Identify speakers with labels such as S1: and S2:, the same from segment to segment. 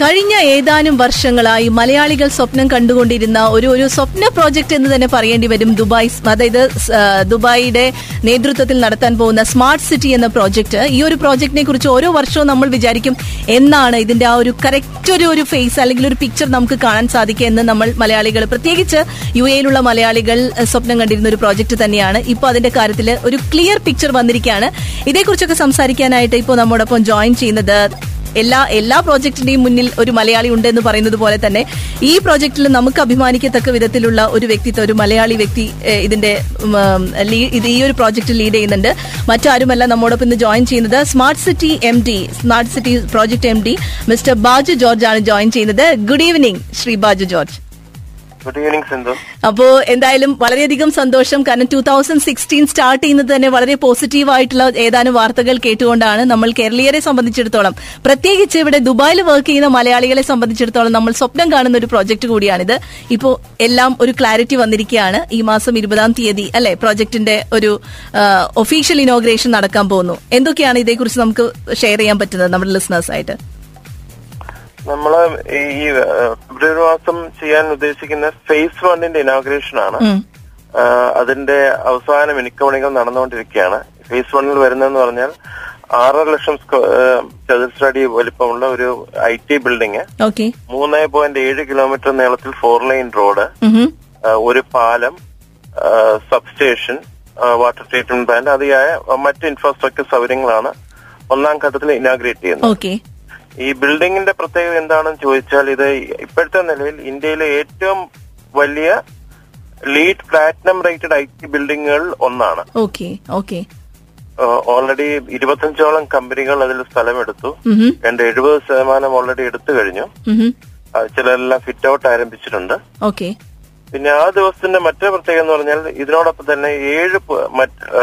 S1: കഴിഞ്ഞ ഏതാനും വർഷങ്ങളായി മലയാളികൾ സ്വപ്നം കണ്ടുകൊണ്ടിരുന്ന ഒരു ഒരു സ്വപ്ന പ്രോജക്റ്റ് എന്ന് തന്നെ പറയേണ്ടി വരും ദുബായ് സ്- അതായത് സ്- ആ, ദുബായിയുടെ നേതൃത്വത്തിൽ നടത്താൻ പോകുന്ന സ്മാർട്ട് സിറ്റി എന്ന പ്രോജക്റ്റ് ഈ ഒരു പ്രോജക്റ്റിനെ കുറിച്ച് ഓരോ വർഷവും നമ്മൾ വിചാരിക്കും എന്നാണ് ഇതിന്റെ ആ ഒരു കറക്റ്റ് ഒരു ഒരു ഫേസ് അല്ലെങ്കിൽ ഒരു പിക്ചർ നമുക്ക് കാണാൻ സാധിക്കുക എന്ന് നമ്മൾ മലയാളികൾ പ്രത്യേകിച്ച് യു എയിലുള്ള മലയാളികൾ ആ, സ്വപ്നം കണ്ടിരുന്ന ഒരു പ്രോജക്റ്റ് തന്നെയാണ് ഇപ്പോൾ അതിന്റെ കാര്യത്തിൽ ഒരു ക്ലിയർ പിക്ചർ വന്നിരിക്കുകയാണ് ഇതേക്കുറിച്ചൊക്കെ സംസാരിക്കാനായിട്ട് ഇപ്പോൾ നമ്മോടൊപ്പം ജോയിൻ ചെയ്യുന്നത് എല്ലാ എല്ലാ പ്രോജക്റ്റിന്റെയും മുന്നിൽ ഒരു മലയാളി ഉണ്ട് എന്ന് പറയുന്നത് പോലെ തന്നെ ഈ പ്രോജക്റ്റിൽ നമുക്ക് അഭിമാനിക്കത്തക്ക വിധത്തിലുള്ള ഒരു വ്യക്തിത്വം ഒരു മലയാളി വ്യക്തി ഏഹ്, ഇതിന്റെ ഉം, ഉം, ലീ- ഇത് ഈ ഒരു പ്രോജക്റ്റ് ലീഡ് ചെയ്യുന്നുണ്ട് മറ്റാരുമല്ല നമ്മോടൊപ്പം ഇന്ന് ജോയിൻ ചെയ്യുന്നത് smart city M D smart city project M D mister Baju George ആണ് ജോയിൻ ചെയ്യുന്നത് good evening Shri Baju George
S2: good evening Sindhu
S1: അപ്പോ എന്തായാലും വളരെയധികം സന്തോഷം കാരണം ടൂ തൗസൻഡ് സിക്സ്റ്റീൻ സ്റ്റാർട്ട് ചെയ്യുന്നത് തന്നെ വളരെ പോസിറ്റീവ് ആയിട്ടുള്ള ഏതാനും വാർത്തകൾ കേട്ടുകൊണ്ടാണ് നമ്മൾ കേരളീയരെ സംബന്ധിച്ചിടത്തോളം പ്രത്യേകിച്ച് ഇവിടെ ദുബായിൽ വർക്ക് ചെയ്യുന്ന മലയാളികളെ സംബന്ധിച്ചിടത്തോളം നമ്മൾ സ്വപ്നം കാണുന്ന ഒരു പ്രോജക്റ്റ് കൂടിയാണിത് ഇപ്പോൾ എല്ലാം ഒരു ക്ലാരിറ്റി വന്നിരിക്കുകയാണ് ഈ മാസം ഇരുപതാം തീയതി അല്ലെ പ്രോജക്റ്റിന്റെ ഒരു ഒഫീഷ്യൽ ഇനോഗ്രേഷൻ നടക്കാൻ പോകുന്നു എന്തൊക്കെയാണ് ഇതേക്കുറിച്ച് നമുക്ക് ഷെയർ ചെയ്യാൻ പറ്റുന്നത് നമ്മുടെ listeners ആയിട്ട്
S2: നമ്മള് ഈ ഈ, ഏഹ്, ഫെബ്രുവരി മാസം ചെയ്യാൻ ഉദ്ദേശിക്കുന്ന ഫേസ് വണ്ണിന്റെ ഇനോഗ്രേഷൻ ആണ്
S1: ഉം.
S2: ആഹ്, അതിന്റെ അവസാന മിനുക്കമണികൾ നടന്നുകൊണ്ടിരിക്കുകയാണ് ഫേസ് വണ്ണിൽ വരുന്നതെന്ന് പറഞ്ഞാൽ ആറര ലക്ഷം സ്ക്വ- ഏഹ്, ചതുരശ്ര അടി വലിപ്പമുള്ള ഒരു ഐ ടി ബിൽഡിംഗ്
S1: ഓക്കെ
S2: മൂന്ന് പോയിന്റ് ഏഴ് കിലോമീറ്റർ നീളത്തിൽ ഫോർ ലൈൻ റോഡ് ആഹ്, ഒരു പാലം സബ്സ്റ്റേഷൻ വാട്ടർ ട്രീറ്റ്മെന്റ് പ്ലാന്റ് അതിയായ മറ്റ് ഇൻഫ്രാസ്ട്രക്ചർ സൗകര്യങ്ങളാണ് ഒന്നാം ഘട്ടത്തിൽ ഇനോഗ്രേറ്റ് ചെയ്യുന്നത്
S1: ഓക്കെ
S2: ഈ ബിൽഡിങ്ങിന്റെ പ്രത്യേകത എന്താണെന്ന് ചോദിച്ചാൽ ഇത് ഇപ്പോഴത്തെ നിലയിൽ ഇന്ത്യയിലെ ഏറ്റവും വലിയ LEED platinum rated I T ബിൽഡിങ്ങുകൾ ഒന്നാണ്
S1: ഓക്കെ ഓക്കെ
S2: ഓൾറെഡി ഇരുപത്തഞ്ചോളം കമ്പനികൾ അതിൽ സ്ഥലമെടുത്തു രണ്ട് എഴുപത് ശതമാനം ഓൾറെഡി എടുത്തു കഴിഞ്ഞു ആ, ചിലരെല്ലാം ഫിറ്റ് ഔട്ട് ആരംഭിച്ചിട്ടുണ്ട്
S1: ഓക്കെ
S2: പിന്നെ ആ ദിവസത്തിന്റെ മറ്റൊരു പ്രത്യേകത എന്ന് പറഞ്ഞാൽ ഇതിനോടൊപ്പം തന്നെ ഏഴ് പു- മറ്റ് ആ,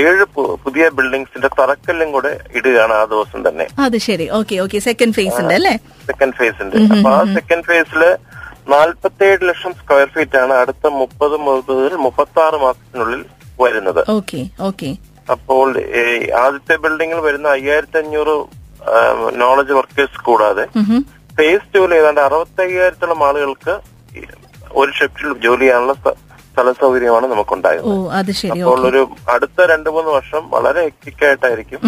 S2: ഏഴ് പു- പുതിയ ബിൽഡിങ്സിന്റെ തറക്കല്ലും കൂടെ ഇടുകയാണ് ആ ദിവസം തന്നെ
S1: അത് ശരി ഓക്കെ ഓക്കെ സെക്കൻഡ് ഫേസ് ഉണ്ട് അല്ലേ
S2: സെക്കൻഡ് ഫേസിന്റെ അപ്പൊ ആ സെക്കൻഡ് ഫേസിൽ നാൽപ്പത്തിയേഴ് ലക്ഷം സ്ക്വയർ ഫീറ്റ് ആണ് അടുത്ത മുപ്പത് മുതൽ മുപ്പത്തി ആറ് മാസത്തിനുള്ളിൽ വരുന്നത്
S1: ഓക്കെ ഓക്കെ
S2: അപ്പോൾ ഏ, ആദ്യത്തെ ബിൽഡിങ്ങിൽ വരുന്ന അയ്യായിരത്തി അഞ്ഞൂറ് നോളജ് വർക്കേഴ്സ് കൂടാതെ ഫേസ് ടൂവിൽ ഏതാണ്ട് അറുപത്തി അയ്യായിരത്തോളം ആളുകൾക്ക് ഈ ഒരു ഷിഫ്റ്റിൽ ജോലി ചെയ്യാനുള്ള സ്ഥ- സ്ഥല സൗകര്യമാണ് നമുക്കുണ്ടായത്
S1: ഓ അത് ശരി
S2: അപ്പോൾ ഒരു അടുത്ത രണ്ടു മൂന്ന് വർഷം വളരെ ഹെക്റ്റിക്കായിട്ടായിരിക്കും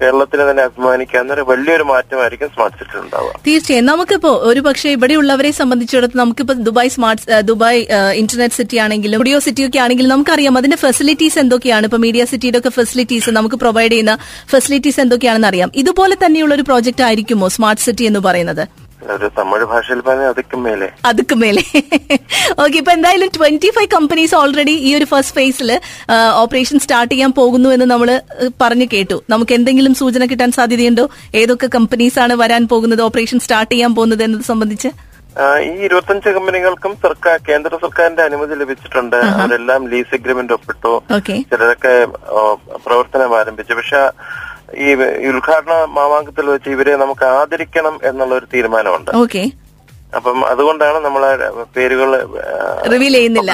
S2: കേരളത്തിന് തന്നെ അഭിമാനിക്കാവുന്ന ഒരു വലിയൊരു മാറ്റമായിരിക്കും സ്മാർട്ട് സിറ്റിയിൽ ഉണ്ടാവുക
S1: തീർച്ചയായും നമുക്കിപ്പോ ഒരു പക്ഷേ ഇവിടെയുള്ളവരെ സംബന്ധിച്ചിടത്തോളം നമുക്കിപ്പോ ദുബായ് സ്മാർട്ട് ഏഹ്, ദുബായ് ഏഹ്, ഇന്റർനെറ്റ് സിറ്റി ആണെങ്കിലും സ്റ്റുഡിയോ സിറ്റി ഒക്കെ ആണെങ്കിലും നമുക്കറിയാം അതിന്റെ ഫെസിലിറ്റീസ് എന്തൊക്കെയാണ് ഇപ്പൊ മീഡിയ സിറ്റിയുടെ ഒക്കെ ഫെസിലിറ്റീസ് നമുക്ക് പ്രൊവൈഡ് ചെയ്യുന്ന ഫെസിലിറ്റീസ് എന്തൊക്കെയാണെന്ന് അറിയാം ഇതുപോലെ തന്നെയുള്ള ഒരു പ്രോജക്റ്റ് ആയിരിക്കുമോ സ്മാർട്ട് സിറ്റി എന്ന് പറയുന്നത്
S2: ഒരു തമിഴ് ഭാഷയിൽ പറഞ്ഞാൽ അതിക്കും മേലെ
S1: അതുക്ക് മേലെ ഓക്കെ ഇപ്പൊ എന്തായാലും ട്വന്റി ഫൈവ് കമ്പനീസ് ഓൾറെഡി ഈ ഒരു ഫസ്റ്റ് ഫേസിൽ ഓപ്പറേഷൻ സ്റ്റാർട്ട് ചെയ്യാൻ പോകുന്നു എന്ന് നമ്മൾ പറഞ്ഞു കേട്ടു നമുക്ക് എന്തെങ്കിലും സൂചന കിട്ടാൻ സാധ്യതയുണ്ടോ ഏതൊക്കെ കമ്പനീസ് ആണ് വരാൻ പോകുന്നത് ഓപ്പറേഷൻ സ്റ്റാർട്ട് ചെയ്യാൻ പോകുന്നത് എന്നത് സംബന്ധിച്ച്
S2: ആ, ഈ ഇരുപത്തഞ്ച് കമ്പനികൾക്കും സർക്കാർ കേന്ദ്ര സർക്കാരിന്റെ അനുമതി ലഭിച്ചിട്ടുണ്ട് അവരെല്ലാം ലീസ് അഗ്രിമെന്റ് ഒപ്പിട്ടു
S1: ഓക്കെ
S2: ചിലരൊക്കെ ഓ, പ്രവർത്തനം ആരംഭിച്ചു പക്ഷെ ഈ ഈ ഉദ്ഘാടന മാമാങ്കത്തിൽ വെച്ച് ഇവരെ നമുക്ക് ആദരിക്കണം എന്നുള്ള ഒരു തീരുമാനമുണ്ട്
S1: ഓക്കെ
S2: അപ്പം അതുകൊണ്ടാണ് നമ്മളെ പേരുകൾ
S1: റിവീൽ ചെയ്യുന്നില്ല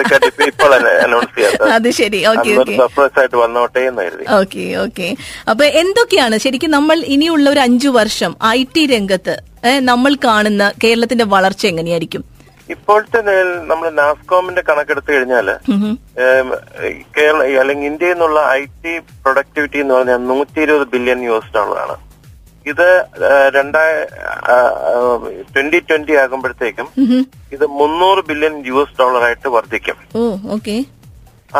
S2: ഇപ്പോൾ അനൗൺസ് ചെയ്യാത്തത്
S1: അത് ശരി ഓക്കെ
S2: അന്നൊരു
S1: ഓക്കെ
S2: സർപ്രൈസ് ആയിട്ട് വന്നോട്ടെ എന്ന് കരുതി
S1: ഓക്കെ ഓക്കെ അപ്പൊ എന്തൊക്കെയാണ് ശരിക്കും നമ്മൾ ഇനിയുള്ള ഒരു അഞ്ചു വർഷം ഐ ടി രംഗത്ത് ഏ, നമ്മൾ കാണുന്ന കേരളത്തിന്റെ വളർച്ച എങ്ങനെയായിരിക്കും
S2: ഇപ്പോഴത്തെ നിലയിൽ നമ്മൾ നാസ്കോമിന്റെ കണക്കെടുത്തു കഴിഞ്ഞാല്
S1: ഉം.
S2: ഏം, ഈ കേരള ഈ അല്ലെങ്കിൽ ഇന്ത്യയിൽ നിന്നുള്ള ഐ ടി പ്രൊഡക്ടിവിറ്റി എന്ന് പറഞ്ഞാൽ നൂറ്റി ഇരുപത് ബില്യൺ യു എസ് ഡോളറാണ് ഇത് രണ്ടായ ട്വന്റി ട്വന്റി ആകുമ്പോഴത്തേക്കും ഇത് മുന്നൂറ് ബില്യൺ യു എസ് ഡോളറായിട്ട് വർദ്ധിക്കും
S1: ഓ ഓക്കെ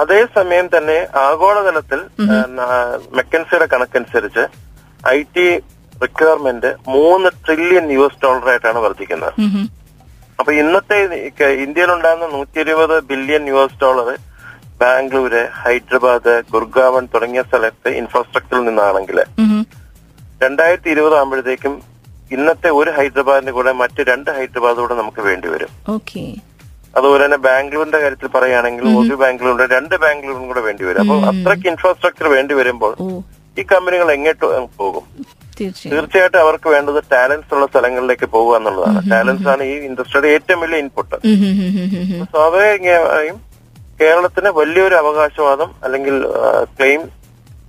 S2: അതേസമയം തന്നെ ആഗോളതലത്തിൽ മെക്കൻസിയുടെ കണക്കനുസരിച്ച് ഐ ടി റിക്വയർമെന്റ് മൂന്ന് ട്രില്യൺ യു എസ് ഡോളറായിട്ടാണ് വർദ്ധിക്കുന്നത് അപ്പൊ ഇന്നത്തെ ഇന്ത്യയിൽ ഉണ്ടാകുന്ന നൂറ്റി ഇരുപത് billion U S dollar Bangalore Hyderabad Gurgaon തുടങ്ങിയ സ്ഥലത്തെ ഇൻഫ്രാസ്ട്രക്ചറിൽ നിന്നാണെങ്കിൽ രണ്ടായിരത്തി ഇരുപത് ആകുമ്പോഴത്തേക്കും ഇന്നത്തെ ഒരു ഹൈദരാബാദിന്റെ കൂടെ മറ്റ് രണ്ട് ഹൈദരാബാദ് കൂടെ നമുക്ക് വേണ്ടിവരും
S1: ഓക്കെ
S2: അതുപോലെ തന്നെ ബാംഗ്ലൂരിന്റെ കാര്യത്തിൽ പറയുകയാണെങ്കിൽ ഒരു ബാംഗ്ലൂരിന്റെ രണ്ട് ബാംഗ്ലൂരും കൂടെ വേണ്ടിവരും അപ്പൊ അത്രയ്ക്ക് ഇൻഫ്രാസ്ട്രക്ചർ വേണ്ടി വരുമ്പോൾ
S1: ഓ
S2: ഈ കമ്പനികൾ എങ്ങോട്ട് പോകും
S1: തീർച്ചയായും
S2: തീർച്ചയായിട്ടും അവർക്ക് വേണ്ടത് ടാലൻസ് ഉള്ള സ്ഥലങ്ങളിലേക്ക് പോകുക
S1: Mm-hmm,
S2: എന്നുള്ളതാണ് ടാലൻസ് ആണ് ഈ ഇൻഡസ്ട്രിയുടെ ഏറ്റവും വലിയ ഇൻപുട്ട്
S1: ഉം, ഉം, ഉം, ഉം, ഉം.
S2: സ്വാഭാവികമായും കേരളത്തിന് വലിയൊരു അവകാശവാദം അല്ലെങ്കിൽ ക്ലെയിം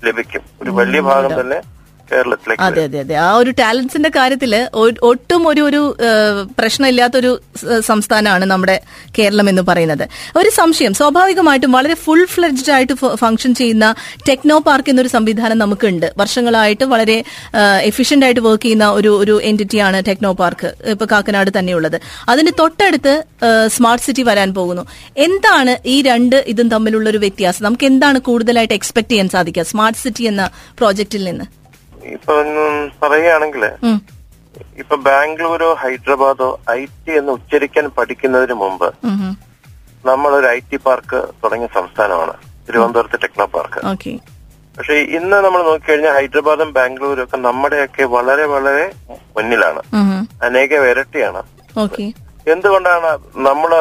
S2: ലഭിക്കും ഒരു വലിയ ഭാഗം തന്നെ കേരളത്തിലേക്ക്
S1: അതെ അതെ അതെ ആ ഒരു ടാലൻസിന്റെ കാര്യത്തില് ഒ- ഒട്ടും ഒരു ഒരു ഏഹ്, പ്രശ്നമില്ലാത്തൊരു സ- സംസ്ഥാനമാണ് നമ്മുടെ കേരളം എന്ന് പറയുന്നത് ഒരു സംശയം സ്വാഭാവികമായിട്ടും വളരെ ഫുൾ ഫ്ലെഡ്ജ്ഡ് ആയിട്ട് ഫംഗ്ഷൻ ചെയ്യുന്ന ടെക്നോ പാർക്ക് എന്നൊരു സംവിധാനം നമുക്കുണ്ട് വർഷങ്ങളായിട്ട് വളരെ എഫിഷ്യന്റ് ആയിട്ട് വർക്ക് ചെയ്യുന്ന ഒരു ഒരു എന്റിറ്റിയാണ് ടെക്നോ പാർക്ക് ഇപ്പൊ കാക്കനാട് തന്നെയുള്ളത് അതിന് തൊട്ടടുത്ത് സ്മാർട്ട് സിറ്റി വരാൻ പോകുന്നു എന്താണ് ഈ രണ്ട് ഇതും തമ്മിലുള്ള ഒരു വ്യത്യാസം നമുക്ക് എന്താണ് കൂടുതലായിട്ട് എക്സ്പെക്ട് ചെയ്യാൻ സാധിക്കുക സ്മാർട്ട് സിറ്റി എന്ന പ്രോജക്റ്റിൽ നിന്ന്
S2: ഇപ്പൊ പറയുകയാണെങ്കിൽ
S1: ഉം.
S2: ഇപ്പൊ ബാംഗ്ലൂരോ ഹൈദരാബാദോ ഐ ടി എന്ന് ഉച്ചരിക്കാൻ പഠിക്കുന്നതിന് മുമ്പ്
S1: ഉം ഉം.
S2: നമ്മളൊരു ഐ ടി പാർക്ക് തുടങ്ങിയ സംസ്ഥാനമാണ് തിരുവനന്തപുരത്ത് ടെക്നോ പാർക്ക്
S1: ഓക്കെ
S2: പക്ഷെ ഇന്ന് നമ്മൾ നോക്കിക്കഴിഞ്ഞാൽ ഹൈദരാബാദും ബാംഗ്ലൂരും ഒക്കെ നമ്മുടെയൊക്കെ വളരെ വളരെ മുന്നിലാണ്
S1: ഉം ഉം.
S2: അനേകം ഇരട്ടിയാണ്
S1: ഓക്കെ
S2: എന്തുകൊണ്ടാണ് നമ്മൾ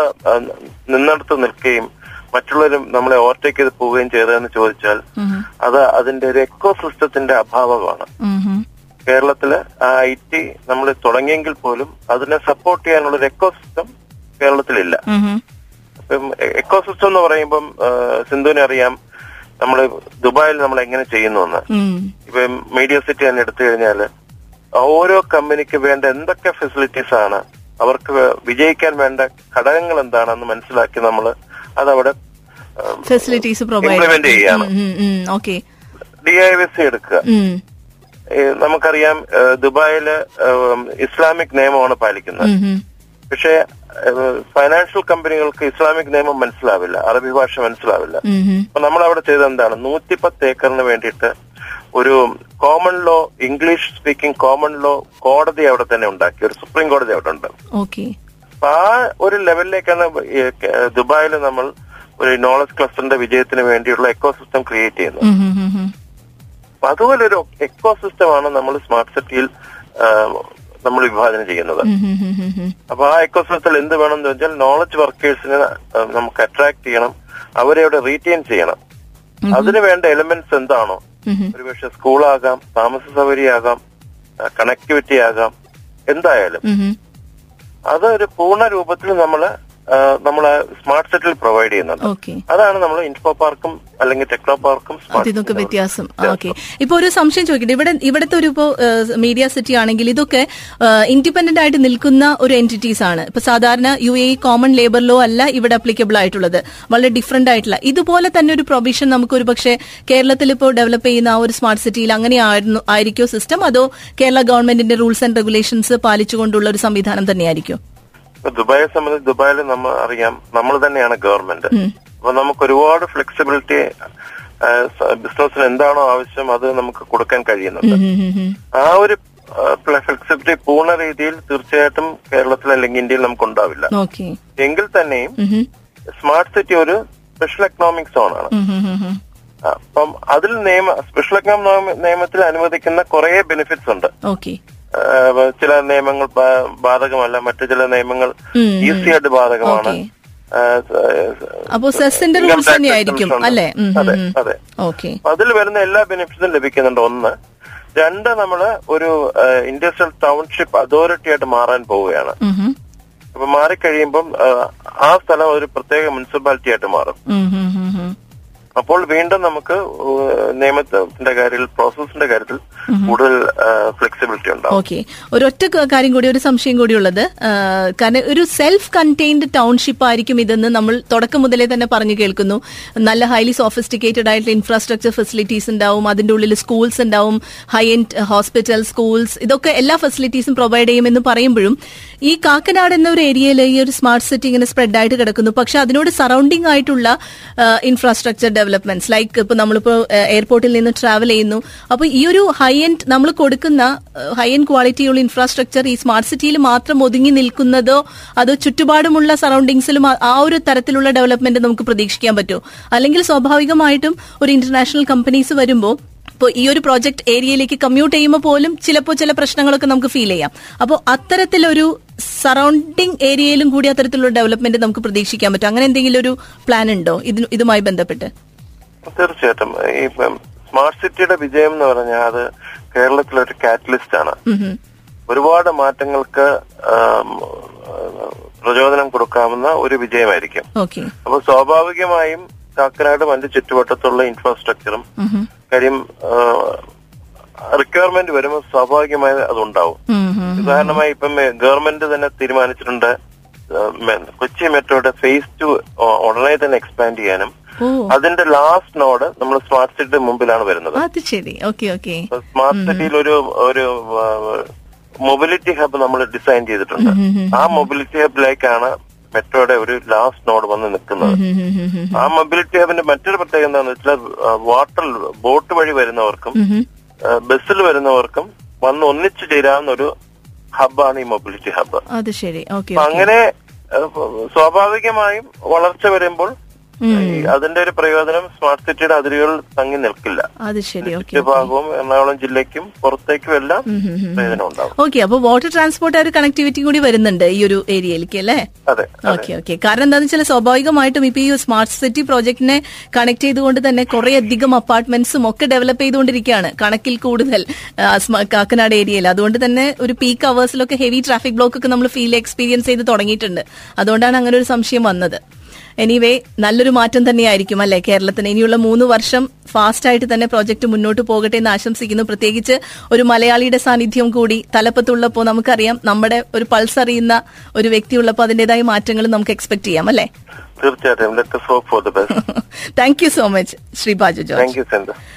S2: നിന്നിടത്ത് നിൽക്കുകയും മറ്റുള്ളവരും നമ്മളെ ഓവർടേക്ക് ചെയ്ത് പോവുകയും ചെയ്തതെന്ന് ചോദിച്ചാൽ
S1: ഉം ഉം.
S2: അത് അതിന്റെ ഒരു എക്കോ സിസ്റ്റത്തിന്റെ അഭാവമാണ്
S1: ഉം ഉം.
S2: കേരളത്തില് ആ ഐ ടി നമ്മൾ തുടങ്ങിയെങ്കിൽ പോലും അതിനെ സപ്പോർട്ട് ചെയ്യാനുള്ള ഒരു എക്കോ സിസ്റ്റം കേരളത്തിലില്ല
S1: ഉം ഉം.
S2: അപ്പം എക്കോ സിസ്റ്റം എന്ന് പറയുമ്പം ആ, സിന്ധുവിനെ അറിയാം നമ്മൾ ദുബായിൽ നമ്മൾ എങ്ങനെ ചെയ്യുന്നു എന്ന്
S1: ഉം.
S2: ഇപ്പം മീഡിയ സിറ്റി തന്നെ എടുത്തു കഴിഞ്ഞാല് ഓരോ കമ്പനിക്ക് വേണ്ട എന്തൊക്കെ ഫെസിലിറ്റീസ് ആണ് അവർക്ക് വേ- വിജയിക്കാൻ വേണ്ട ഘടകങ്ങൾ എന്താണെന്ന് മനസ്സിലാക്കി നമ്മൾ അതവിടെ
S1: ഫെസിലിറ്റീസ് പ്രൊവൈഡ്
S2: ഇംപ്ലിമെന്റ് ചെയ്യാണ്
S1: Mm-hmm. Okay
S2: D I S എടുക്കുക
S1: ഉം.
S2: ഏ, നമുക്കറിയാം ഏ, ദുബായില് ഏ, ഇസ്ലാമിക് നിയമമാണ് പാലിക്കുന്നത്
S1: ഉം ഉം.
S2: പക്ഷേ ഏ, ഫൈനാൻഷ്യൽ കമ്പനികൾക്ക് ഇസ്ലാമിക് നിയമം മനസ്സിലാവില്ല അറബി ഭാഷ മനസ്സിലാവില്ല
S1: ഉം ഉം.
S2: അപ്പൊ നമ്മൾ അവിടെ ചെയ്തത് എന്താണ് നൂറ്റിപ്പത്ത് ഏക്കറിന് വേണ്ടിയിട്ട് ഒരു common law English speaking common law കോടതി അവിടെ തന്നെ ഉണ്ടാക്കി ഒരു സുപ്രീം കോടതി അവിടെ ഉണ്ട്
S1: ഓക്കെ
S2: അപ്പൊ ആ ഒരു ലെവലിലേക്കാണ് ഈ കേ- ദുബായിൽ നമ്മൾ ഒരു നോളജ് ക്ലസ്റ്ററിന്റെ വിജയത്തിന് വേണ്ടിയുള്ള എക്കോ സിസ്റ്റം ക്രിയേറ്റ് ചെയ്യുന്നത്
S1: ഉം ഉം ഉം ഉം.
S2: അപ്പൊ അതുപോലെ ഒരു എക്കോ സിസ്റ്റമാണ് നമ്മൾ സ്മാർട്ട് സിറ്റിയിൽ ആ, നമ്മൾ വിഭാവനം ചെയ്യുന്നത്
S1: ഉം ഉം ഉം ഉം ഉം.
S2: അപ്പൊ ആ എക്കോ സിസ്റ്റത്തിൽ എന്ത് വേണം എന്ന് വെച്ചാൽ നോളജ് വർക്കേഴ്സിനെ നമുക്ക് അട്രാക്ട് ചെയ്യണം അവരെ അവിടെ റീറ്റെയിൻ ചെയ്യണം അതിന് വേണ്ട എലിമെന്റ്സ് എന്താണോ
S1: ഉം ഉം.
S2: ഒരുപക്ഷെ സ്കൂളാകാം താമസ സൗകര്യമാകാം കണക്ടിവിറ്റി ആകാം എന്തായാലും
S1: ഉം ഉം.
S2: അത് ഒരു പൂർണ്ണ രൂപത്തിൽ നമ്മൾ നമ്മൾ സ്മാർട്ട് സെറ്റിൽ പ്രൊവൈഡ് ചെയ്യുന്നുണ്ട്
S1: ഓക്കെ
S2: അതാണ് നമ്മൾ ഇൻഫോ പാർക്കും അല്ലെങ്കിൽ ടെക്നോ പാർക്കും സ്മാർട്ട്
S1: ഇതിനൊക്കെ വ്യത്യാസം ഓക്കെ ഇപ്പൊ ഒരു സംശയം ചോദിക്കട്ടെ ഇവിടെ ഇവിടുത്തെ ഒരു ഇപ്പോ മീഡിയ സിറ്റി ആണെങ്കിൽ ഇതൊക്കെ ഇൻഡിപെൻഡന്റ് ആയിട്ട് നിൽക്കുന്ന ഒരു എന്റിറ്റീസ് ആണ് ഇപ്പൊ സാധാരണ U A common labour law അല്ല ഇവിടെ അപ്ലിക്കബിൾ ആയിട്ടുള്ളത് വളരെ ഡിഫറെന്റ് ആയിട്ടുള്ള ഇതുപോലെ തന്നെ ഒരു പ്രൊവിഷൻ നമുക്ക് ഒരു പക്ഷേ കേരളത്തിൽ ഇപ്പോൾ ഡെവലപ്പ് ചെയ്യുന്ന ആ ഒരു സ്മാർട്ട് സിറ്റിയിൽ അങ്ങനെയായിരുന്നു ആയിരിക്കോ സിസ്റ്റം അതോ കേരള ഗവൺമെന്റിന്റെ റൂൾസ് ആൻഡ് റെഗുലേഷൻസ് പാലിച്ചുകൊണ്ടുള്ള ഒരു സംവിധാനം തന്നെയായിരിക്കും
S2: ഇപ്പൊ ദുബായെ സംബന്ധിച്ച് ദുബായിൽ നമ്മൾ അറിയാം നമ്മൾ തന്നെയാണ് ഗവൺമെന്റ് അപ്പൊ നമുക്ക് ഒരുപാട് ഫ്ലെക്സിബിലിറ്റി ബിസിനസ്സിന് എന്താണോ ആവശ്യം അത് നമുക്ക് കൊടുക്കാൻ കഴിയുന്നുണ്ട് ആ ഒരു ഫ്ലെക്സിബിലിറ്റി പൂർണ്ണ രീതിയിൽ തീർച്ചയായിട്ടും കേരളത്തിൽ അല്ലെങ്കിൽ ഇന്ത്യയിൽ നമുക്ക് ഉണ്ടാവില്ല
S1: ഓക്കെ
S2: എങ്കിൽ തന്നെയും സ്മാർട്ട് സിറ്റി ഒരു സ്പെഷ്യൽ എക്കണോമിക് സോണാണ് അപ്പം അതിൽ നിയമ സ്പെഷ്യൽ എക്കണോമിക് നിയമത്തിൽ അനുവദിക്കുന്ന കുറേ ബെനിഫിറ്റ്സ് ഉണ്ട്
S1: ഓക്കെ
S2: ആ, ചില നിയമങ്ങൾ ബാ- ബാധകമല്ല മറ്റു ചില നിയമങ്ങൾ ഈസി ആയിട്ട് ബാധകമാണ്
S1: Okay.
S2: ആ, സ- സ-
S1: അപ്പോ സെസ്സിന്റെ
S2: Income
S1: റൂൾസ്
S2: tax
S1: തന്നെയായിരിക്കും
S2: exemption ഉണ്ട്.
S1: അല്ലേ ഉം, ഉം,
S2: അതെ
S1: ഉം.
S2: അതെ
S1: ഓക്കെ
S2: അതിൽ വരുന്ന എല്ലാ ബെനിഫിറ്റ്സും ലഭിക്കുന്നുണ്ട് ഒന്ന് രണ്ട് നമ്മള് ഒരു ഇൻഡസ്ട്രിയൽ ടൗൺഷിപ്പ് അതോറിറ്റി ആയിട്ട് മാറാൻ പോവുകയാണ്
S1: ഉം ഹും.
S2: അപ്പൊ മാറിക്കഴിയുമ്പം ആ, ആ സ്ഥലം ഒരു പ്രത്യേക മുനിസിപ്പാലിറ്റി ആയിട്ട് മാറും
S1: ഉം ഹും ഹും ഹും.
S2: അപ്പോൾ വീണ്ടും നമുക്ക് ഏഹ്, നിയമത്തിന്റെ കാര്യത്തിൽ പ്രോസസ്സിന്റെ കാര്യത്തിൽ കൂടുതൽ ഫ്ലെക്സിബിലിറ്റി ഉണ്ടാവും
S1: ഓക്കെ ഒരൊറ്റ ക- കാര്യം കൂടി ഒരു സംശയം കൂടി ഉള്ളത് ആ, കാരണം ഒരു സെൽഫ് കണ്ടെയ്ൻഡ് ടൗൺഷിപ്പ് ആയിരിക്കും ഇതെന്ന് നമ്മൾ തുടക്കം മുതലേ തന്നെ പറഞ്ഞു കേൾക്കുന്നു നല്ല ഹൈലി സോഫിസ്റ്റിക്കേറ്റഡ് ആയിട്ടുള്ള ഇൻഫ്രാസ്ട്രക്ചർ ഫെസിലിറ്റീസ് ഉണ്ടാവും അതിന്റെ ഉള്ളിൽ സ്കൂൾസ് ഉണ്ടാവും ഹൈ എൻഡ് ഹോസ്പിറ്റൽ സ്കൂൾസ് ഇതൊക്കെ എല്ലാ ഫെസിലിറ്റീസും പ്രൊവൈഡ് ചെയ്യുമെന്ന് പറയുമ്പോഴും ഈ കാക്കനാട് എന്ന ഒരു ഏരിയയിൽ ഈ ഒരു സ്മാർട്ട് സിറ്റി ഇങ്ങനെ സ്പ്രെഡ് ആയിട്ട് കിടക്കുന്നു പക്ഷെ അതിനോട് സറൗണ്ടിങ് ആയിട്ടുള്ള ഇൻഫ്രാസ്ട്രക്ചർ ഡെവലപ്മെന്റ്സ് ലൈക്ക് ഇപ്പൊ നമ്മളിപ്പോ എയർപോർട്ടിൽ നിന്ന് ട്രാവൽ ചെയ്യുന്നു അപ്പൊ ഈ ഒരു ഹൈ എൻഡ് നമ്മൾ കൊടുക്കുന്ന ഹൈ എൻഡ് ക്വാളിറ്റിയുള്ള ഇൻഫ്രാസ്ട്രക്ചർ ഈ സ്മാർട്ട് സിറ്റിയിൽ മാത്രം ഒതുങ്ങി നിൽക്കുന്നതോ അതോ ചുറ്റുപാടുമുള്ള സറൗണ്ടിങ്സിലും ആ- ആ ഒരു തരത്തിലുള്ള ഡെവലപ്മെന്റ് നമുക്ക് പ്രതീക്ഷിക്കാൻ പറ്റുമോ അല്ലെങ്കിൽ സ്വാഭാവികമായിട്ടും ഒരു ഇന്റർനാഷണൽ കമ്പനീസ് വരുമ്പോൾ ഇപ്പോൾ ഈ ഒരു പ്രോജക്ട് ഏരിയയിലേക്ക് കമ്മ്യൂട്ട് ചെയ്യുമ്പോൾ പോലും ചിലപ്പോൾ ചില പ്രശ്നങ്ങളൊക്കെ നമുക്ക് ഫീൽ ചെയ്യാം അപ്പോൾ അത്തരത്തിലൊരു സറൗണ്ടിങ് ഏരിയയിലും കൂടി അത്തരത്തിലുള്ള ഡെവലപ്മെന്റ് നമുക്ക് പ്രതീക്ഷിക്കാൻ പറ്റും അങ്ങനെ എന്തെങ്കിലും ഒരു പ്ലാൻ ഉണ്ടോ ഇതിന് ഇതുമായി ബന്ധപ്പെട്ട്
S2: തീർച്ചയായിട്ടും ഈ സ്മാർട്ട് സിറ്റിയുടെ വിജയം എന്ന് പറഞ്ഞാൽ അത് കേരളത്തിലൊരു കാറ്റലിസ്റ്റ് ആണ്
S1: ഉം ഹും.
S2: ഒരുപാട് മാറ്റങ്ങൾക്ക് ആം, പ്രചോദനം കൊടുക്കാവുന്ന ഒരു വിജയമായിരിക്കും
S1: ഓക്കെ
S2: അപ്പോൾ സ്വാഭാവികമായും കാക്കനാടും അതിന്റെ ചുറ്റുവട്ടത്തുള്ള ഇൻഫ്രാസ്ട്രക്ചറും കാര്യം റിക്വയർമെന്റ് വരുമ്പോൾ സ്വാഭാവികമായി അതുണ്ടാവും ഉദാഹരണമായി ഇപ്പം ഗവൺമെന്റ് തന്നെ തീരുമാനിച്ചിട്ടുണ്ട് ആ, മെ- കൊച്ചി മെട്രോയുടെ ഫേസ് ടു ഉടനെ തന്നെ എക്സ്പാൻഡ് ചെയ്യാനും
S1: ഓ
S2: അതിന്റെ ലാസ്റ്റ് നോഡ് നമ്മൾ സ്മാർട്ട് സിറ്റിയുടെ മുമ്പിലാണ് വരുന്നത്
S1: അത് ശരി ഓക്കെ ഓക്കെ
S2: സ്മാർട്ട് സിറ്റിയിൽ ഒരു ഒരു മൊബിലിറ്റി ഹബ് നമ്മൾ ഡിസൈൻ ചെയ്തിട്ടുണ്ട് ആ മൊബിലിറ്റി ഹബിലേക്കാണ് മെട്രോയുടെ ഒരു ലാസ്റ്റ് നോഡ് വന്ന് നിൽക്കുന്നത് ആ മൊബിലിറ്റി ഹബിന്റെ മറ്റൊരു പ്രത്യേകത എന്താണെന്ന് വെച്ചാൽ വാട്ടർ ബോട്ട് വഴി വരുന്നവർക്കും ബസ്സിൽ വരുന്നവർക്കും വന്ന് ഒന്നിച്ചു ചേരാവുന്ന ഒരു ഹബ്ബാണ് ഈ മൊബിലിറ്റി ഹബ്ബ്
S1: അത് ശരി ഓക്കെ
S2: അപ്പൊ അങ്ങനെ ഏഹ്, സ്വാഭാവികമായും വളർച്ച വരുമ്പോൾ ഈ അതിന്റെ ഒരു പ്രയോജനം സ്മാർട്ട് സിറ്റിയുടെ അതിരുകളിൽ തങ്ങി നിൽക്കില്ല
S1: അത് ശരി ഓക്കെ
S2: ഭാഗവും എറണാകുളം ജില്ലയ്ക്കും പുറത്തേക്കും എല്ലാം പ്രയോജനം ഉണ്ടാവും
S1: ഓക്കെ അപ്പൊ വാട്ടർ ട്രാൻസ്പോർട്ട് ആ ഒരു കണക്ടിവിറ്റി കൂടി വരുന്നുണ്ട് ഈ ഒരു ഏരിയയിലേക്ക് അല്ലേ
S2: അതെ
S1: ഓക്കെ ഓക്കെ കാരണം എന്താണെന്ന് വെച്ചാൽ സ്വാഭാവികമായിട്ടും ഇപ്പൊ ഈ സ്മാർട്ട് സിറ്റി പ്രോജക്റ്റിനെ കണക്ട് ചെയ്തുകൊണ്ട് തന്നെ കുറെ അധികം അപ്പാർട്ട്മെന്റ്സും ഒക്കെ ഡെവലപ്പ് ചെയ്തുകൊണ്ടിരിക്കുകയാണ് കണക്കിൽ കൂടുതൽ ആ, സ്മ- കാക്കനാട് ഏരിയയിൽ അതുകൊണ്ട് തന്നെ ഒരു പീക്ക് അവേഴ്സിലൊക്കെ ഹെവി ട്രാഫിക് ബ്ലോക്ക് ഒക്കെ നമ്മൾ ഫീൽ എക്സ്പീരിയൻസ് ചെയ്ത് തുടങ്ങിയിട്ടുണ്ട് അതുകൊണ്ടാണ് അങ്ങനെ ഒരു സംശയം വന്നത് എനിവേ നല്ലൊരു മാറ്റം തന്നെയായിരിക്കും അല്ലെ കേരളത്തിന് ഇനിയുള്ള മൂന്ന് വർഷം ഫാസ്റ്റ് ആയിട്ട് തന്നെ പ്രോജക്റ്റ് മുന്നോട്ട് പോകട്ടെ എന്ന് ആശംസിക്കുന്നു പ്രത്യേകിച്ച് ഒരു മലയാളിയുടെ സാന്നിധ്യം കൂടി തലപ്പത്തുള്ളപ്പോൾ നമുക്കറിയാം നമ്മുടെ ഒരു പൾസ് അറിയുന്ന ഒരു വ്യക്തി ഉള്ളപ്പോൾ അതിൻ്റെതായ മാറ്റങ്ങൾ നമുക്ക് എക്സ്പെക്ട് ചെയ്യാം അല്ലെ
S2: തീർച്ചയായിട്ടും let for the best
S1: thank you so much Shri Baju George
S2: thank you centre